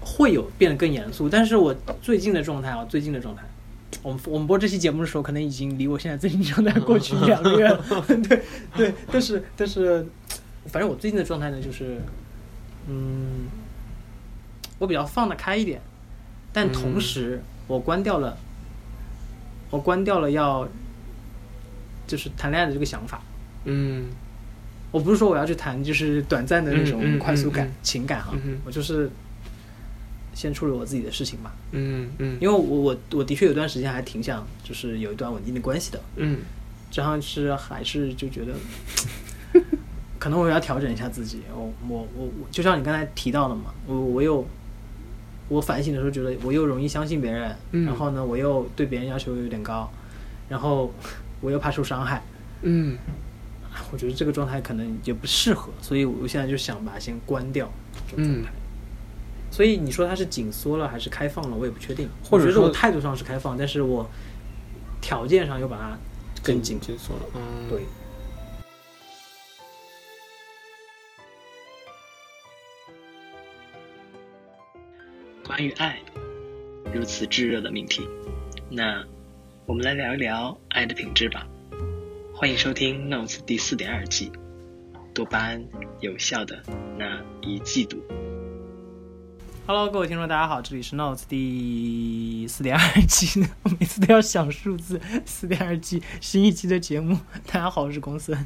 会有变得更严肃。但是我最近的状态啊，最近的状态，我们我们播这期节目的时候，可能已经离我现在最近状态过去一两个月了。 对对，但是但是，反正我最近的状态呢，就是，嗯，我比较放得开一点，但同嗯时我关掉了，我关掉了要就是谈恋爱的这个想法。嗯我不是说我要去谈就是短暂的那嗯嗯种嗯快速感、嗯情感哈，啊嗯哼我就是先处理我自己的事情吧。嗯嗯，因为我我我的确有段时间还挺想就是有一段稳定的关系的，嗯这样是还是就觉得可能我要调整一下自己。我我我我就像你刚才提到的嘛，我我又我反省的时候觉得我又容易相信别人，嗯然后呢我又对别人要求有点高，然后我又怕受伤害，嗯啊我觉得这个状态可能也不适合，所以我现在就想把它先关掉。嗯这种状态。所以你说它是紧缩了还是开放了，我也不确定。或者我觉得我说态度上是开放，但是我条件上又把它更紧。紧缩了，嗯，对，，关于爱，如此炙热的命题，那我们来聊一聊爱的品质吧。欢迎收听《Notes》第四点二季，多巴胺有效的那一季度。 Hello，各位听众，大家好，这里是 Notes 第四点二季， 我每次都要想数字，四点二季新一期的节目。大家好，我是公孙。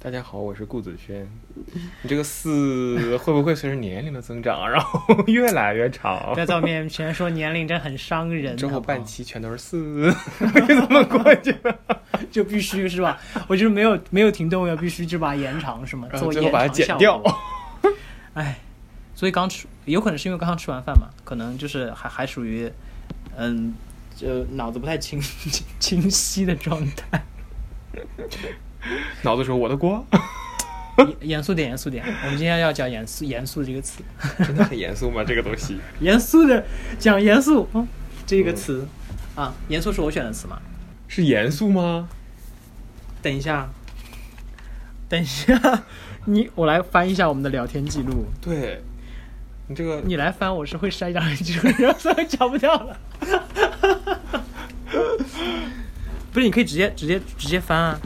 大家好，我是顾子轩。 你这个四会不会随着年龄的增长，然后越来越长 不？ 要在我面前说年龄，真很伤人。啊之好后不好半期全都是 四，怎么过 去？ 就必须是吧？我就是没有没有停顿，我要必须就把它延长是吗？然做后最延后把它长剪效掉。果。哎， 所以刚吃，有可能是因为刚刚吃完饭嘛，可能就是还还属于，嗯，就脑子不太清 清晰的状态。 脑子说我的锅， 严严肃点，严肃点。我们今天要讲严肃严肃这个词，真的很严肃吗？这个东西，严肃的讲严肃、嗯、这个词、啊，严肃是我选的词嘛？是严肃吗？等一下，等一下， 你我来翻一下我们的聊天记录。对，你这个你来翻，我是会筛掉记住， 然后所以找不掉了。 不是，你可以直接直接直接翻啊。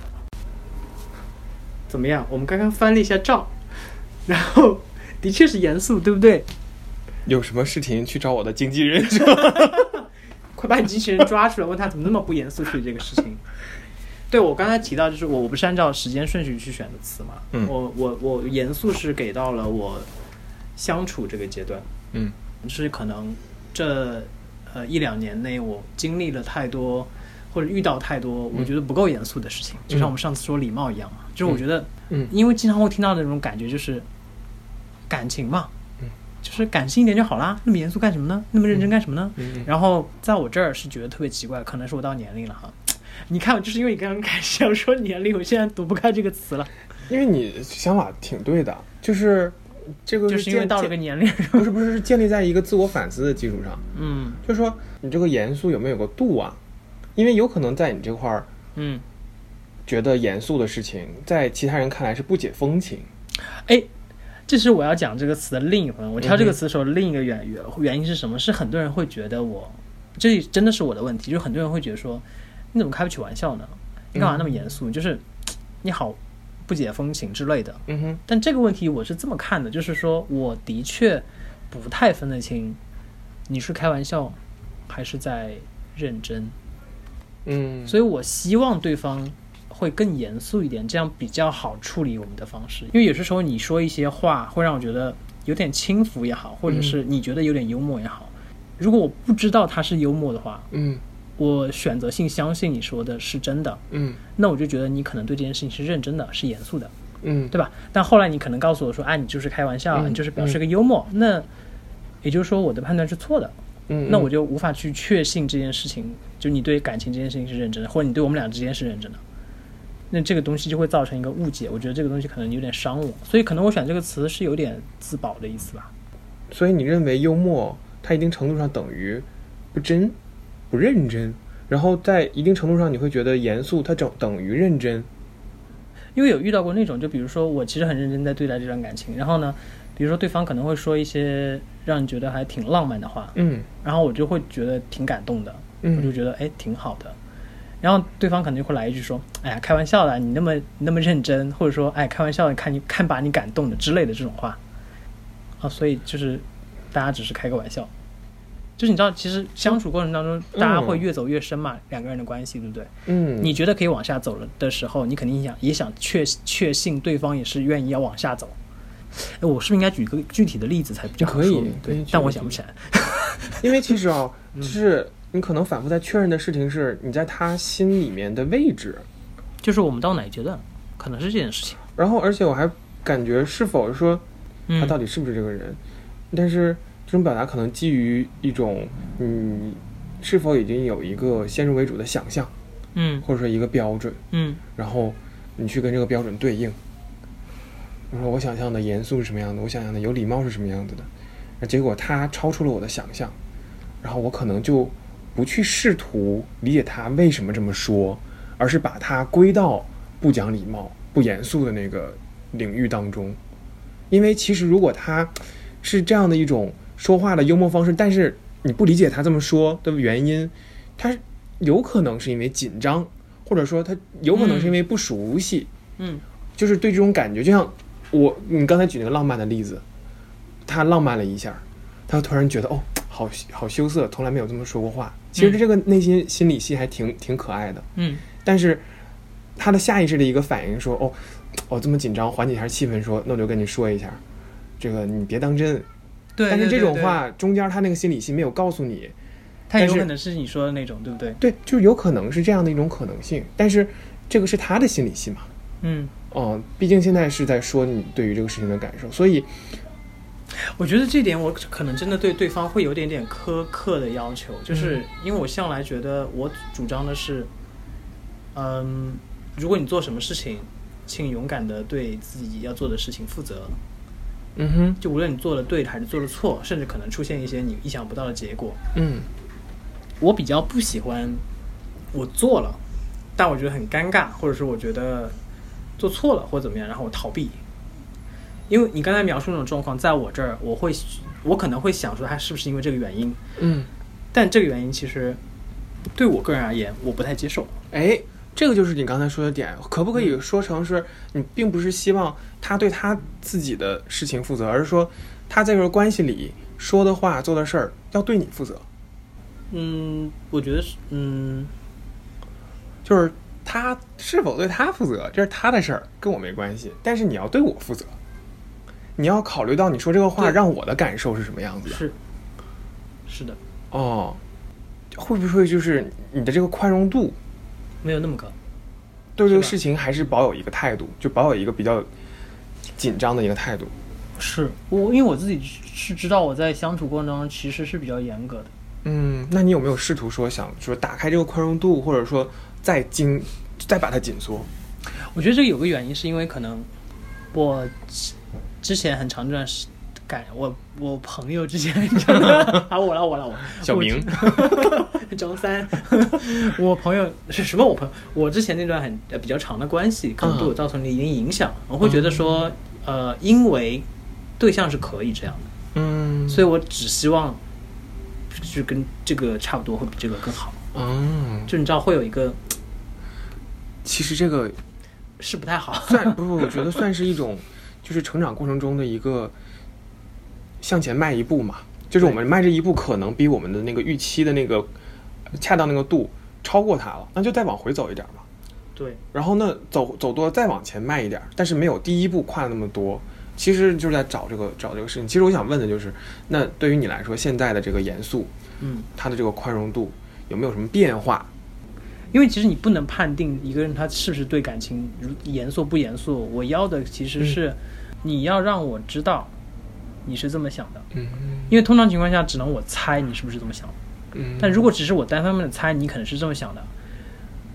怎么样？我们刚刚翻了一下照，然后的确是严肃，对不对？有什么事情去找我的经纪人 说？快把你机器人抓出来，问他怎么那么不严肃处理这个事 情。对，我刚才提到，就是我我不是按照时间顺序去选的词嘛，嗯我我我严肃是给到了我相处这个阶段，嗯是可能这呃一两年内我经历了太多，或者遇到太多我觉得不够严肃的事情，就像我们上次说礼貌一样嘛，就是我觉得，嗯嗯因为经常会听到那种感觉就是感情嘛，嗯就是感性一点就好啦，那么严肃干什么呢？那么认真干什么呢？嗯然后在我这儿是觉得特别奇怪，可能是我到年龄了哈。你看，就是因为你刚刚开始要说年龄，我现在读不开这个词了，因为你想法挺对的，就是这个就是因为建到了个建年龄，不是不是是建立在一个自我反思的基础上，嗯就是说你这个严肃有没有个度啊？因为有可能在你这块儿嗯，觉得严肃的事情，在其他人看来是不解风情。哎，这是我要讲这个词的另一部分。我挑这个词的时候，另一个原原原因是什么？是很多人会觉得我，这真的是我的问题，就是很多人会觉得说，你怎么开不起玩笑呢？你干嘛那么严肃？就是你好不解风情之类的。嗯哼，但这个问题我是这么看的，就是说我的确不太分得清你是开玩笑还是在认真，嗯，所以我希望对方会更严肃一点，这样比较好处理我们的方式。因为有些时候你说一些话会让我觉得有点轻浮也好，或者是你觉得有点幽默也好，如果我不知道他是幽默的话，嗯我选择性相信你说的是真的，嗯那我就觉得你可能对这件事情是认真的，是严肃的。嗯，对吧？但后来你可能告诉我说，啊，你就是开玩笑，嗯你就是表示个幽默，那也就是说我的判断是错的，嗯，那我就无法去确信这件事情，就你对感情这件事情是认真的，或者你对我们俩之间是认真的，那这个东西就会造成一个误解。我觉得这个东西可能有点伤我，所以可能我选这个词是有点自保的意思吧。所以你认为幽默它一定程度上等于不真、不认真，然后在一定程度上你会觉得严肃它等等于认真。因为有遇到过那种，就比如说我其实很认真在对待这段感情，然后呢，比如说对方可能会说一些让你觉得还挺浪漫的话，嗯然后我就会觉得挺感动的，我就嗯觉得哎挺好的。然后对方可能就会来一句说：“哎呀，开玩笑的，你那么你那么认真，或者说哎开玩笑的，看你看把你感动的之类的这种话。”啊，所以就是大家只是开个玩笑，就是你知道，其实相处过程当中，嗯大家会越走越深嘛，两个人的关系，对不对？嗯，你觉得可以往下走了的时候，你肯定想也想确确信对方也是愿意要往下走。哎，我是不是应该举个具体的例子才比较好可以说明可以对举，但个我例想不子起来。因为其实啊，就是你可能反复在确认的事情是你在他心里面的位置，就是我们到哪一阶段，可能是这件事情。然后而且我还感觉是否说嗯，他到底是不是这个人，但是这种表达可能基于一种你是否已经有一个先入为主的想象，嗯或者说一个标准，嗯然后你去跟这个标准对应。我说我想象的严肃是什么样的，我想象的有礼貌是什么样子的，那结果他超出了我的想象，然后我可能就不去试图理解他为什么这么说，而是把它归到不讲礼貌、不严肃的那个领域当中。因为其实如果他是这样的一种说话的幽默方式，但是你不理解他这么说的原因，他有可能是因为紧张，或者说他有可能是因为不熟悉，嗯就是对这种感觉，就像我你刚才举那个浪漫的例子，他浪漫了一下，他突然觉得哦，好好羞涩，从来没有这么说过话。其实这个内心心理戏还挺挺可爱的，嗯但是他的下意识的一个反应说哦，我、这么紧张，缓解一下气氛说，那我就跟你说一下，这个你别当真。对。但是对这种，对对话中间他那个心理戏没有告诉你，它也有但是可能是你说的那种，对不对？对，就是有可能是这样的一种可能性，但是这个是他的心理戏嘛。嗯，嗯，毕竟现在是在说你对于这个事情的感受，所以我觉得这点我可能真的对对方会有点点苛刻的要求，就是因为我向来觉得我主张的是，嗯，如果你做什么事情，请勇敢的对自己要做的事情负责，嗯哼，就无论你做的对还是做的错，甚至可能出现一些你意想不到的结果，嗯我比较不喜欢我做了，但我觉得很尴尬，或者是我觉得做错了或者怎么样，然后我逃避。因为你刚才描述那种状况，在我这儿，我会我可能会想说，他是不是因为这个原因？嗯，但这个原因其实对我个人而言，我不太接受。哎，这个就是你刚才说的点，可不可以说成是你并不是希望他对他自己的事情负责，而是说他在这个关系里说的话、做的事儿要对你负责，嗯，我觉得是，嗯，就是他是否对他负责，这是他的事儿，跟我没关系，但是你要对我负责。你要考虑到你说这个话对让我的感受是什么样子的，是是的，哦，会不会就是你的这个宽容度没有那么高。对这是个吧事情还是保有一个态度，就保有一个比较紧张的一个态度。是我，因为我自己是知道我在相处过程当中其实是比较严格的。嗯，那你有没有试图说想说打开这个宽容度，或者说再紧再把它紧缩？我觉得这个有个原因，是因为可能我之之前很长一段时感，我我朋友之前啊，我了我了我 小明， 张三，我朋友是什么？我朋友，我之前那段很呃比较长的关系，可能嗯对我造成了一定影响。我会觉得说，呃，因为对象是可以这样的，嗯，所以我只希望就是跟这个差不多，会比这个更好。嗯，就你知道，会有一个其实这个是不太好。算不不，我觉得算是一种就是成长过程中的一个向前迈一步嘛。就是我们迈这一步，可能比我们的那个预期的那个恰当那个度超过它了，那就再往回走一点嘛。对，然后呢，走走多了再往前迈一点儿，但是没有第一步跨的那么多，其实就是在找这个找这个事情。其实我想问的就是，那对于你来说，现在的这个严肃，嗯。它的这个宽容度有没有什么变化？因为其实你不能判定一个人他是不是对感情如严肃不严肃。我要的其实嗯是，你要让我知道你是这么想的，嗯因为通常情况下只能我猜你是不是这么想的。嗯但如果只是我单方面的猜你可能是这么想的，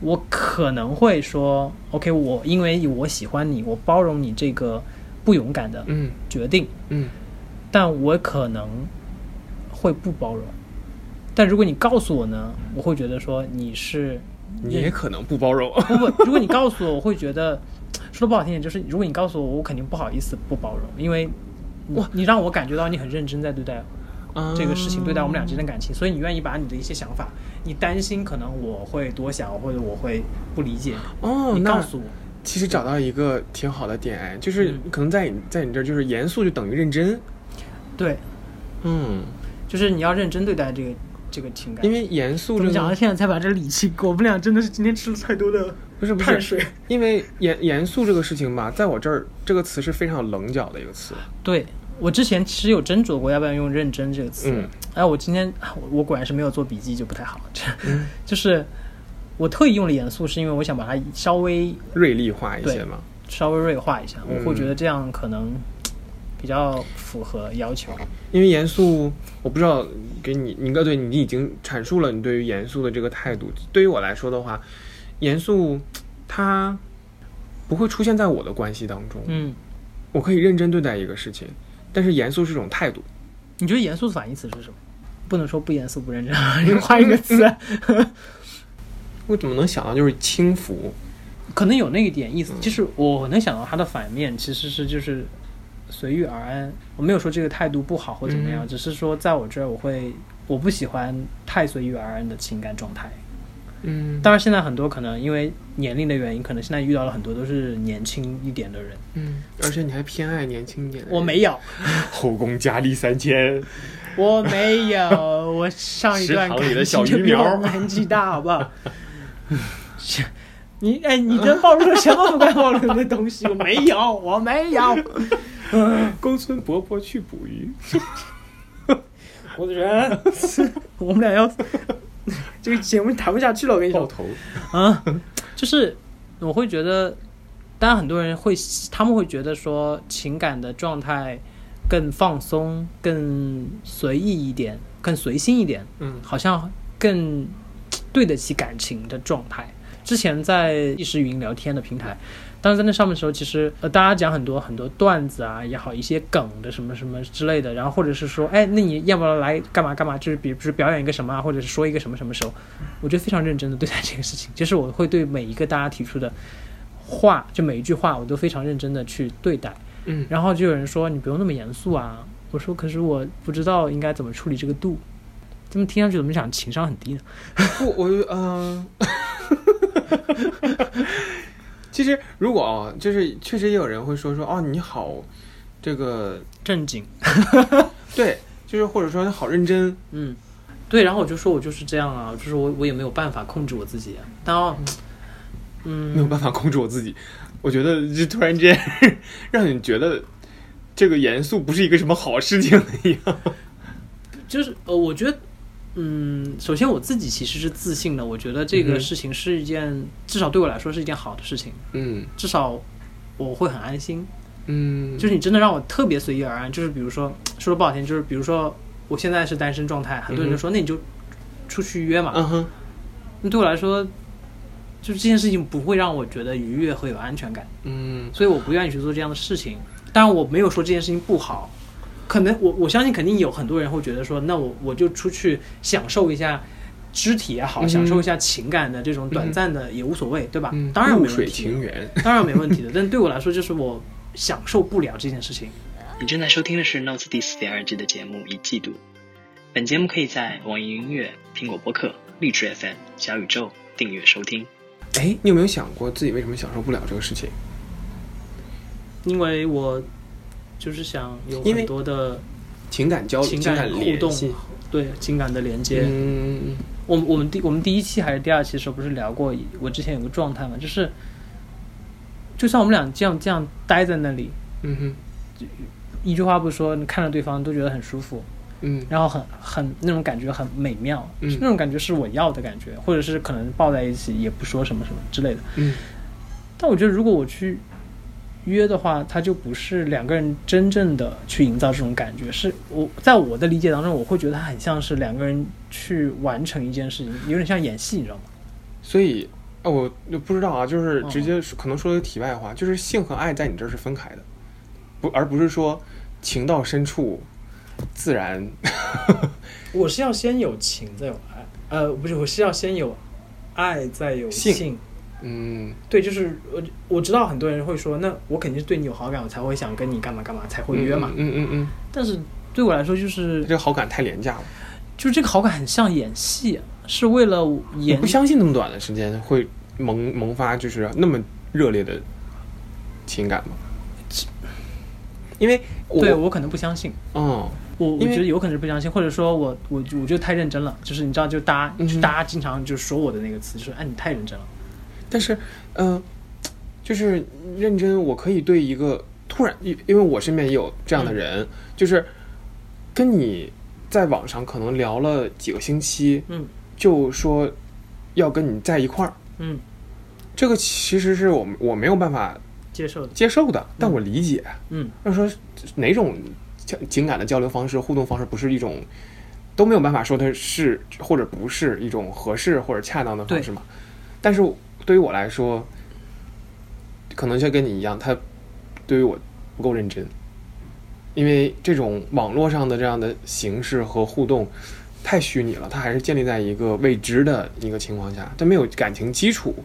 我可能会说 OK，我因为我喜欢你，我包容你这个不勇敢的嗯决定，嗯但我可能会不包容。但如果你告诉我呢，我会觉得说你是你也可能不包容。不不，如果你告诉我，我会觉得说的不好听点，就是如果你告诉我，我肯定不好意思不包容，因为你哇你让我感觉到你很认真在对待啊 这个事情对待我们俩之间的感情，所以你愿意把你的一些想法，你担心可能我会多想或者我会不理解，哦，你告那诉我，其实找到一个挺好的点，哎，就是嗯可能在你在你这儿就是严肃就等于认真，对，嗯，就是你要认真对待这个这个情感。因为严肃怎这么讲啊到个现在才把这理清，我们俩真的是今天吃了太多的不是不碳是，水。因为严严肃这个事情吧，在我这儿这个词是非常有棱角的一个词，对我之前其实有斟酌过要不要用“认真”这个词，嗯哎，我今天啊我我果然是没有做笔记，就不太好。这、嗯 就是我特意用了严肃，是因为我想把它稍微锐利化一些对嘛，稍微锐化一下，嗯我会觉得这样可能比较符合要求。因为严肃，我不知道给你，你哥对你已经阐述了你对于严肃的这个态度。对于我来说的话，严肃它不会出现在我的关系当中。嗯，我可以认真对待一个事情，但是严肃是一种态度。你觉得严肃的反义词是什么？不能说不严肃不认真， 你换一个 词，我怎么能想到就是轻浮？可能有那一点意嗯思。其实我能想到它的反面其实是就是随遇而安。我没有说这个态度不好或怎么样，嗯只是说在我这儿我会我不喜欢太随遇而安的情感状态。嗯当然，现在很多可能因为年龄的原因，可能现在遇到了很多都是年轻一点的人。嗯，而且你还偏爱年轻一点的人。我没有，后宫佳丽三千，我没有， 我上一段食堂里的感小情就鱼比苗我们年纪大，好不好？ 你哎，你这暴露了什么不该暴露的东西？我没有，我没有。 公孙伯伯去捕鱼。我的人，我们俩要这个节目谈不下去了，我跟你爆说头。啊，就是我会觉得，当然很多人会，他们会觉得说情感的状态更放松、更随意一点、更随心一点，嗯好像更对得起感情的状态。之前在意识云聊天的平台，当时在那上面的时候，其实呃大家讲很多很多段子啊也好，一些梗的什么什么之类的，然后或者是说，哎，那你要不要来干嘛干嘛？就是比如是表演一个什么啊，或者是说一个什么什么时候，我觉得非常认真的对待这个事情，就是我会对每一个大家提出的话，就每一句话，我都非常认真的去对待。嗯然后就有人说你不用那么严肃啊，我说可是我不知道应该怎么处理这个度，这么听上去怎么想情商很低呢？不，我嗯， 其实如果啊，就是确实也有人会说说哦，你好，这个正经，对，就是或者说你好认真，嗯，对，然后我就说我就是这样啊，就是我我也没有办法控制我自己、啊，当然，嗯，没有办法控制我自己。我觉得这突然之间让你觉得这个严肃不是一个什么好事情一样。就是呃，我觉得，嗯，首先我自己其实是自信的，我觉得这嗯个哼事情是一件，至少对我来说是一件好的事情，嗯至少我会很安心。嗯，就是你真的让我特别随遇而安，就是比如说说的不好听，就是比如说我现在是单身状态，很多人就说、那你就出去约嘛，嗯哼，那对我来说。就是这件事情不会让我觉得愉悦和有安全感，嗯所以我不愿意去做这样的事情。当然，我没有说这件事情不好，可能我我相信肯定有很多人会觉得说，那我我就出去享受一下肢体也好，嗯享受一下情感的这种短嗯暂的也无所谓，对吧？嗯，当然露没问水题情，缘。当然没问题的。但对我来说，就是我享受不了这件事情。你正在收听的是《Notes》第四点二季的节目《一季度》。本节目可以在网易云音乐、苹果播客、荔枝 FM、小宇宙订阅收听。哎，你有没有想过自己为什么享受不了这个事情？因为我就是想有因为很多的情感交流、情情感互联动系。，对情感的连接。嗯，我们我们第我们第一期还是第二期的时候，不是聊过我之前有个状态嘛，就是就算我们俩这样这样待在那里，嗯哼，一句话不说，你看着对方都觉得很舒服，嗯然后很很那种感觉很美妙，嗯是那种感觉是我要的感觉，或者是可能抱在一起也不说什么什么之类的。嗯但我觉得如果我去约的话，它就不是两个人真正的去营造这种感觉，是我在我的理解当中，我会觉得它很像是两个人去完成一件事情，有点像演戏，你知道吗？所以啊，我就不知道啊，就是嗯直接说可能说一个题外话，就是性和爱在你这儿是分开的，不，而不是说情到深处自然。 我是要先有情，再有爱。呃，不是，我是要先有爱，再有性嗯对，就是我我知道很多人会说，那我肯定是对你有好感，我才会想跟你干嘛干嘛，才会约嘛。嗯嗯嗯但是对我来说就是这个好感太廉价了。就是这个好感很像演戏，是为了你演不相信那么短的时间会萌萌发就是那么热烈的情感吗？因为我对我可能不相信，嗯，我我因为觉得有可能是不相信，或者说我我我就太认真了，就是你知道，就大家、嗯就大家经常就说我的那个词，就是哎你太认真了，但是嗯、呃就是认真，我可以对一个突然，因因为我身边也有这样的人，就是跟你在网上可能聊了几个星期，嗯就说要跟你在一块儿，嗯，这个其实是我们我没有办法接受的，接受的，但我理解。嗯要说哪种交情感的交流方式、互动方式不是一种都没有办法说它是或者不是一种合适或者恰当的方式嘛？但是对于我来说，可能就跟你一样，他对于我不够认真，因为这种网络上的这样的形式和互动。太虚拟了，它还是建立在一个未知的一个情况下，它没有感情基础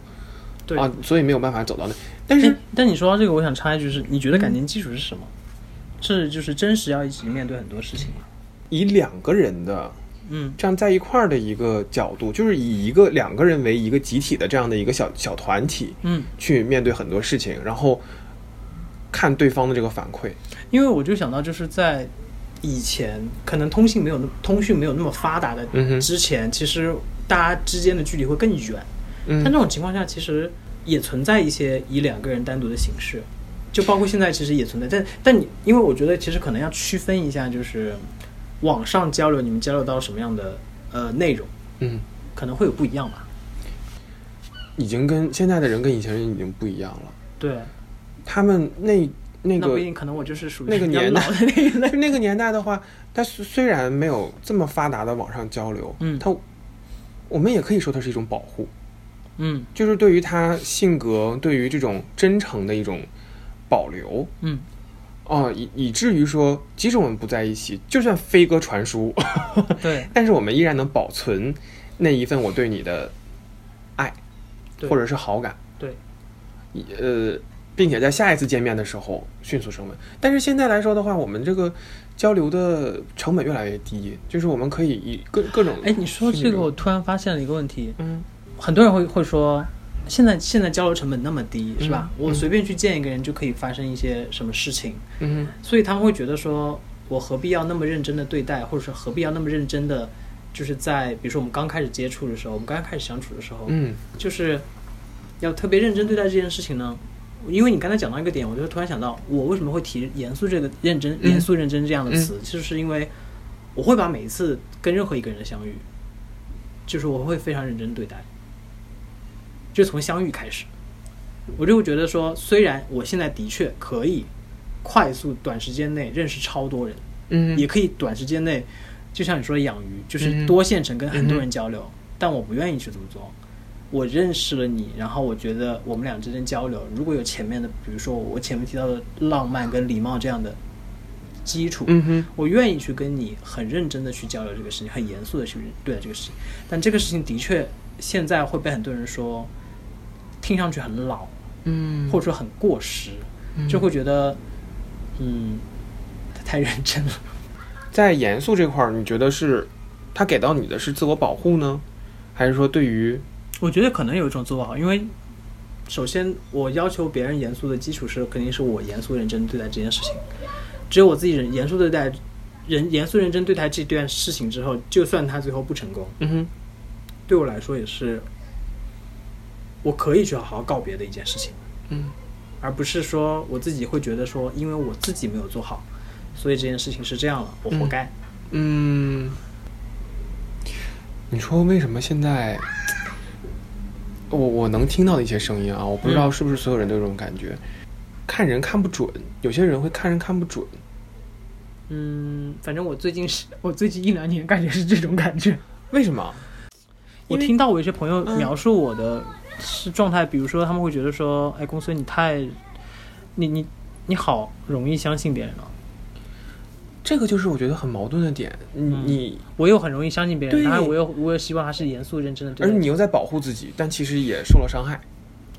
对。啊，所以没有办法走到那。但哎是但你说到这个，我想插一句是，你觉得感情基础是什么？是就是真实要一起面对很多事情吗？以两个人的嗯这样在一块儿的一个角度，就是以一个两个人为一个集体的这样的一个小小团体嗯，去面对很多事情，然后看对方的这个反馈。因为我就想到就是在以前，可能通信没有那通讯没有那么发达的嗯哼之前，其实大家之间的距离会更远。但这嗯，种情况下，其实也存在一些以两个人单独的形式，就包括现在其实也存在。但但你，因为我觉得其实可能要区分一下，就是网上交流，你们交流到什么样的呃内容，嗯，可能会有不一样吧。已经跟现在的人跟以前人已经不一样了，对，他们那那那不个一定，可能我就是属于那个比较年代老的那一 类。就那个年代的话，它虽虽然没有这么发达的网上交流， 嗯它我们也可以说它是一种保护，嗯就是对于他性格，对于这种真诚的一种保留。嗯，哦，以以至于说，即使我们不在一起，就算飞鸽传书， 对但是我们依然能保存那一份我对你的爱，对或者是好感，对，呃，并且在下一次见面的时候迅速升温。但是现在来说的话，我们这个交流的成本越来越低，就是我们可以以各各种，哎，你说这个，我，突然发现了一个问题，嗯很多人会会说。现在现在交流成本那么低，是吧？嗯我嗯随便去见一个人就可以发生一些什么事情，嗯所以他们会觉得说，我何必要那么认真的对待，或者是何必要那么认真的，就是在比如说我们刚开始接触的时候，我们刚开始相处的时候，嗯就是要特别认真对待这件事情呢？因为你刚才讲到一个点，我就突然想到，我为什么会提“严肃”这个“认真”“嗯严肃”“认真”这样的词，就是因为我会把每一次跟任何一个人的相遇，就是我会非常认真对待，就从相遇开始，我就会觉得说，虽然我现在的确可以快速短时间内认识超多人，嗯，也可以短时间内，就像你说的养鱼，就是嗯多线程跟很多人交流，但我不愿意去这么做。我认识了你，然后我觉得我们俩之间交流，如果有前面的，比如说我前面提到的浪漫跟礼貌这样的基础，嗯哼，我愿意去跟你很认真的去交流这个事情，很严肃的去对待这个事情。但这个事情的确现在会被很多人说，听上去很老，嗯或者说很过时，就会觉得，嗯，他太认真了。在严肃这块儿，你觉得是他给到你的是自我保护呢，还是说对于我觉得可能有一种做不好，因为首先我要求别人严肃的基础是，肯定是我严肃认真对待这件事情。只有我自己人严肃对待，人严肃认真对待这段事情之后，就算他最后不成功，嗯哼对我来说也是我可以去好好告别的一件事情，嗯而不是说我自己会觉得说，因为我自己没有做好，所以这件事情是这样了，我活该。嗯，你说为什么现在我我能听到的一些声音啊，我不知道是不是所有人都有这种感觉，看人看不准，有些人会看人看不准，嗯，反正我最近是我最近一两年感觉是这种感觉。为什么？我因为听到我有些朋友嗯描述我的是状态，比如说他们会觉得说，哎，公孙你太，你你你好容易相信别人了，这个就是我觉得很矛盾的点，你、嗯你，我又很容易相信别人，对然后我又我又希望他是严肃认真的对而待，你又在保护自己，但其实也受了伤害。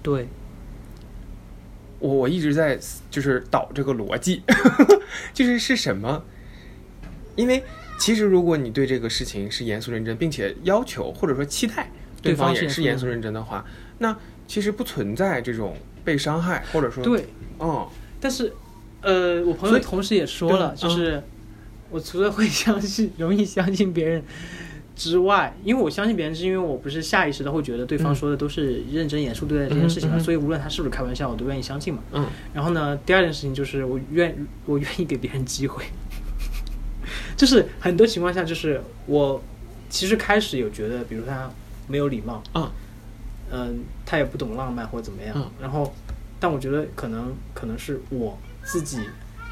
对，我 我一直在就是导这个逻辑，就是是什么因为其实如果你对这个事情是严肃认真，并且要求或者说期待对方方是也是严严肃肃认真的话，那其实不存在这种被伤害，或者说，对，嗯，但是，呃，我朋所友以同时也说了，对嗯就是、我除了会相信、容易相信别人之外，因为我相信别人是因为我不是下意识的会觉得对方嗯说的都是认真严肃对待这件事情嘛，嗯嗯嗯所以无论他是不是开玩笑，我都愿意相信嘛。嗯，然后呢，第二件事情就是我愿我愿意给别人机会， 就是很多情况下，就是我其实开始有觉得，比如他没有礼貌，嗯，嗯，他也不懂浪漫或者怎么样。嗯然后，但我觉得可能可能是我自己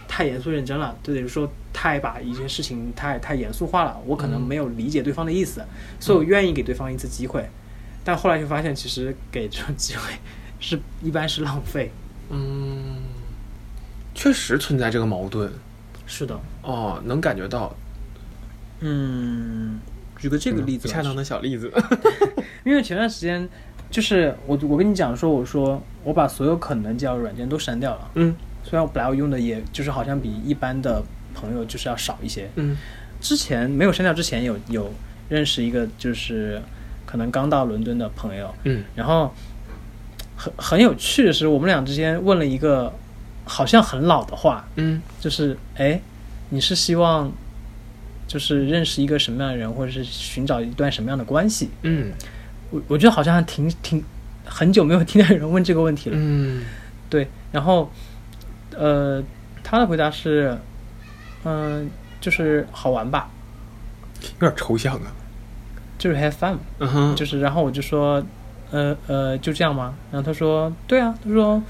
太严肃认真了，就等于说太把一件事情太太严肃化了，我可能嗯没有理解对方的意思，所以我愿意给对方一次机会，但后来就发现其实给这种机会是一般是浪费。嗯，确实存在这个矛盾是的，哦，能感觉到嗯，举个这个嗯例子不吧，恰当的小例子，因为前段时间就是我我跟你讲说，我说我把所有可能交友软件都删掉了。嗯虽然我本来我用的也就是好像比一般的朋友就是要少一些。嗯之前没有删掉之前有有认识一个就是可能刚到伦敦的朋友，嗯然后很很有趣的是，我们俩之间问了一个好像很老的话，嗯就是哎，你是希望就是认识一个什么样的人，或者是寻找一段什么样的关系？嗯我我觉得好像还挺挺很久没有听到有人问这个问题了。嗯对，然后，呃，他的回答是，嗯、就是好玩吧，有点抽象啊，就是 have fun，嘛嗯哼，就是，然后我就说，呃呃，就这样吗？然后他说，对啊，他说，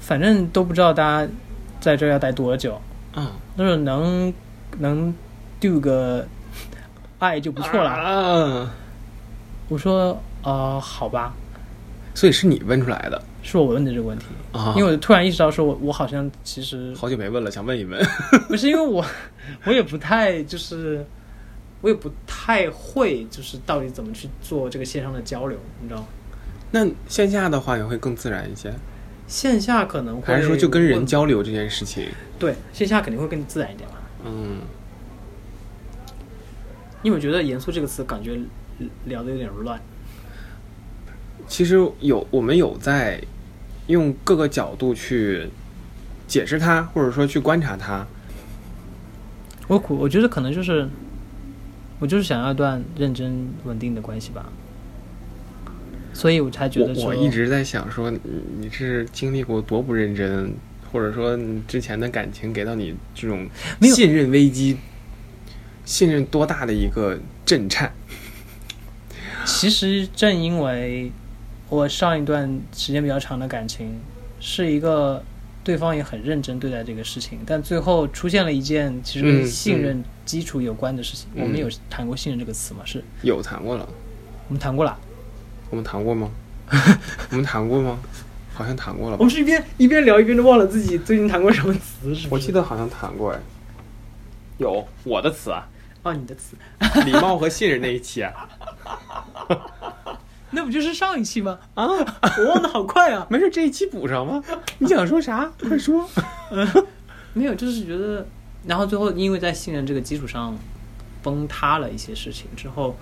反正都不知道大家在这儿要待多久，嗯，他说能能 do 个爱就不错了。啊，我说，啊、好吧，所以是你问出来的是我问的这个问题，啊，因为我突然意识到，说我我好像其实好久没问了，想问一 问，不是因为我， 我也不太就是，我也不太会就是到底怎么去做这个线上的交流，你知道吗？那线下的话也会更自然一些，线下可能会还是说就跟人问交流这件事情？对线下肯定会更自然一点嘛，嗯，因为我觉得“严肃”这个词感觉聊的有点乱。其实有我们有在用各个角度去解释它，或者说去观察它。我苦，我觉得可能就是，我就是想要一段认真稳定的关系吧，所以我才觉我得说我一直在想说，你你是经历过多不认真，或者说你之前的感情给到你这种没有信任危机，信任多大的一个震颤？其实正因为我上一段时间比较长的感情是一个对方也很认真对待这个事情，但最后出现了一件其实嗯跟嗯信任基础有关的事情。嗯我们有谈过信任这个词吗？是有谈过了，我们谈过了。我们谈过 吗？我们谈过吗？好像谈过了吧我？们是一边一边聊一边都忘了自己最近谈过什么词，是我不记是？得好像谈过哎，有我的词 啊，哦，你的词，礼貌和信任那一期啊，那不就是上一期吗？啊，我忘的好快啊！没事，这一期补上吗？你想说啥？快说。没有，就是觉得，然后最后因为在信任这个基础上崩塌了一些事情之后，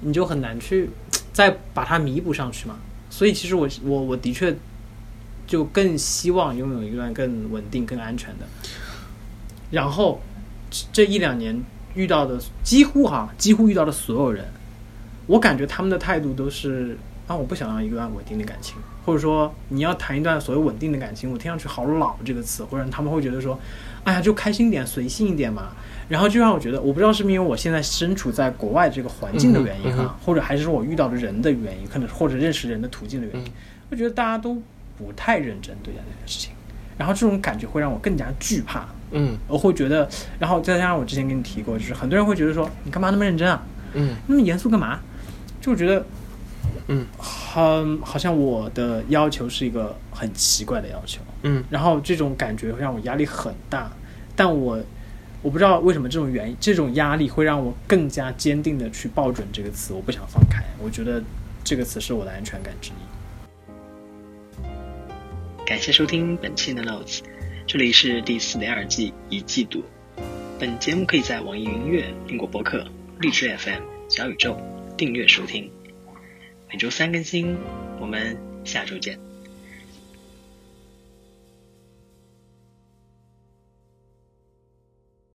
你就很难去再把它弥补上去嘛。所以其实我我我的确就更希望拥有一段更稳定、更安全的。然后这这一两年遇到的几乎哈、几乎遇到的所有人，我感觉他们的态度都是啊，我不想要一段稳定的感情，或者说你要谈一段所谓稳定的感情，我听上去好老这个词，或者他们会觉得说，哎呀，就开心一点，随性一点嘛。然后就让我觉得，我不知道是不是因为我现在身处在国外这个环境的原因嗯哼嗯啊，或者还是说我遇到的人的原因，可能或者认识人的途径的原因嗯，我觉得大家都不太认真对待这件事情，然后这种感觉会让我更加惧怕。嗯我会觉得，然后再加上我之前跟你提过，就是很多人会觉得说，你干嘛那么认真啊？嗯那么严肃干嘛？就觉得嗯很好像我的要求是一个很奇怪的要求，嗯然后这种感觉会让我压力很大，但我我不知道为什么这种原因，这种压力会让我更加坚定的去抱准这个词，我不想放开，我觉得这个词是我的安全感之一。感谢收听本期的 Notes，这里是第四点二季一季度，本节目可以在网易云音乐、苹果播客、荔枝 FM、小宇宙订阅收听，每周三更新。我们下周见。